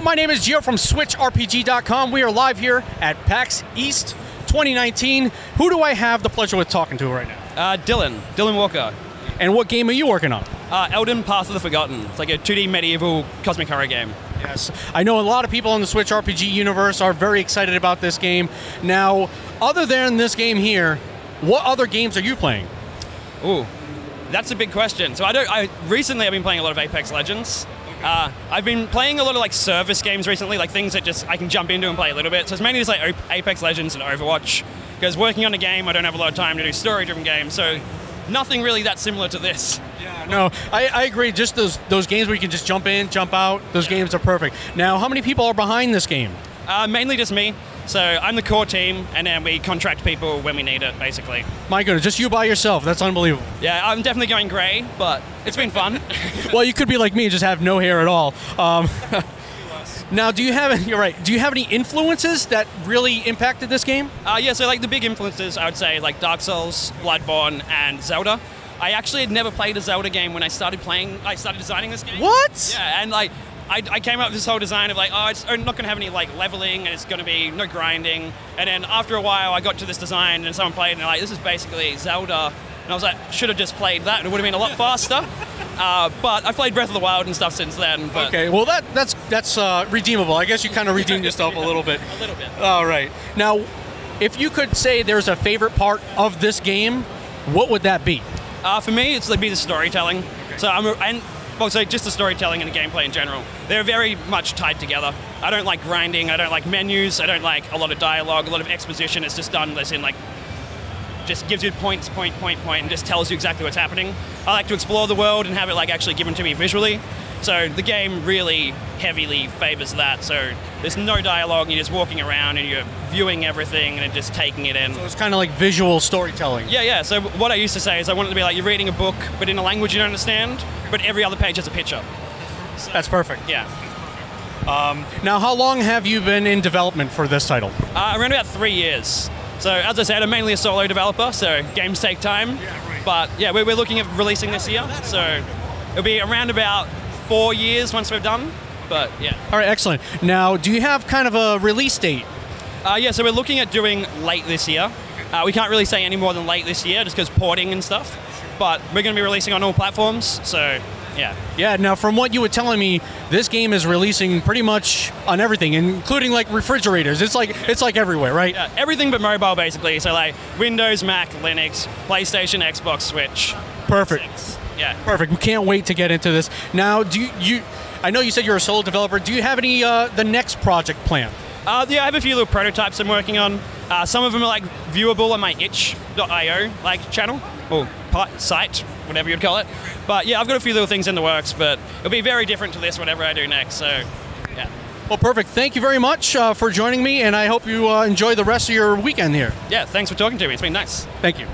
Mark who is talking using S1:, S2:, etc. S1: My name is Gio from SwitchRPG.com. We are live here at PAX East 2019. Who do I have the pleasure with talking to right now?
S2: Uh, Dylan, Dylan Walker.
S1: And what game are you working on?
S2: Uh, Elden Path of the Forgotten. It's like a 2D medieval cosmic horror game.
S1: Yes, I know a lot of people in the Switch RPG universe are very excited about this game. Now, other than this game here, what other games are you playing?
S2: Ooh, that's a big question. So I don't. I recently I've been playing a lot of Apex Legends. Uh, I've been playing a lot of like service games recently, like things that just I can jump into and play a little bit. So it's mainly just like O- Apex Legends and Overwatch. Because working on a game, I don't have a lot of time to do story-driven games. So nothing really that similar to this.
S1: No, I, I agree. Just those those games where you can just jump in, jump out. Those games are perfect. Now, how many people are behind this game?
S2: Uh, mainly just me. So I'm the core team, and then we contract people when we need it, basically.
S1: My goodness, just you by yourself. That's unbelievable.
S2: Yeah, I'm definitely going grey, but it's been fun.
S1: Well, you could be like me and just have no hair at all. Um, now, do you have? You're right. Do you have any influences that really impacted this game?
S2: Uh, yeah, so like the big influences, I would say like Dark Souls, Bloodborne, and Zelda. I actually had never played a Zelda game when I started playing. I started designing this game.
S1: What?
S2: Yeah, and like I, I came up with this whole design of like, oh, it's I'm not gonna have any like leveling, and it's gonna be no grinding. And then after a while, I got to this design, and someone played, and they're like, this is basically Zelda. And I was like, should have just played that. It would have been a lot faster. Uh, but I played Breath of the Wild and stuff since then. But
S1: Okay, well that that's that's uh, redeemable. I guess you kind of redeemed yourself a little bit.
S2: A little bit.
S1: All right. Now, if you could say there's a favorite part of this game, what would that be?
S2: Uh, for me, it's like be the storytelling. So I'm a, and well, so just the storytelling and the gameplay in general. They're very much tied together. I don't like grinding. I don't like menus. I don't like a lot of dialogue, a lot of exposition. It's just done as in like just gives you points, point, point, point, and just tells you exactly what's happening. I like to explore the world and have it like actually given to me visually. So the game really heavily favors that. So there's no dialogue. You're just walking around and you're viewing everything and just taking it in.
S1: So it's kind of like visual storytelling.
S2: Yeah, yeah. So what I used to say is I want it to be like you're reading a book, but in a language you don't understand, but every other page has a picture.
S1: That's perfect.
S2: Yeah.
S1: Now, how long have you been in development for this title?
S2: Uh, around about three years. So as I said, I'm mainly a solo developer, so games take time. Yeah, right. But yeah, we're, we're looking at releasing this year, so it'll be around about four years once we're done. But yeah.
S1: All right, excellent. Now, do you have kind of a release date?
S2: Uh, yeah, so we're looking at doing late this year. Uh, we can't really say any more than late this year just because porting and stuff. But we're going to be releasing on all platforms, so yeah.
S1: Yeah, now from what you were telling me, this game is releasing pretty much on everything, including like refrigerators. It's like it's like everywhere, right?
S2: Yeah, everything but mobile basically. So like Windows, Mac, Linux, PlayStation, Xbox, Switch.
S1: Perfect.
S2: Yeah.
S1: Perfect. We can't wait to get into this. Now, do you, you I know you said you're a solo developer. Do you have any uh, the next project planned?
S2: Uh, yeah, I have a few little prototypes I'm working on. Uh, some of them are like viewable on my itch.io like channel or part, site, whatever you'd call it. But yeah, I've got a few little things in the works, but it'll be very different to this whatever I do next. So yeah.
S1: Well, perfect. Thank you very much uh, for joining me, and I hope you uh, enjoy the rest of your weekend here.
S2: Yeah, thanks for talking to me. It's been nice.
S1: Thank you.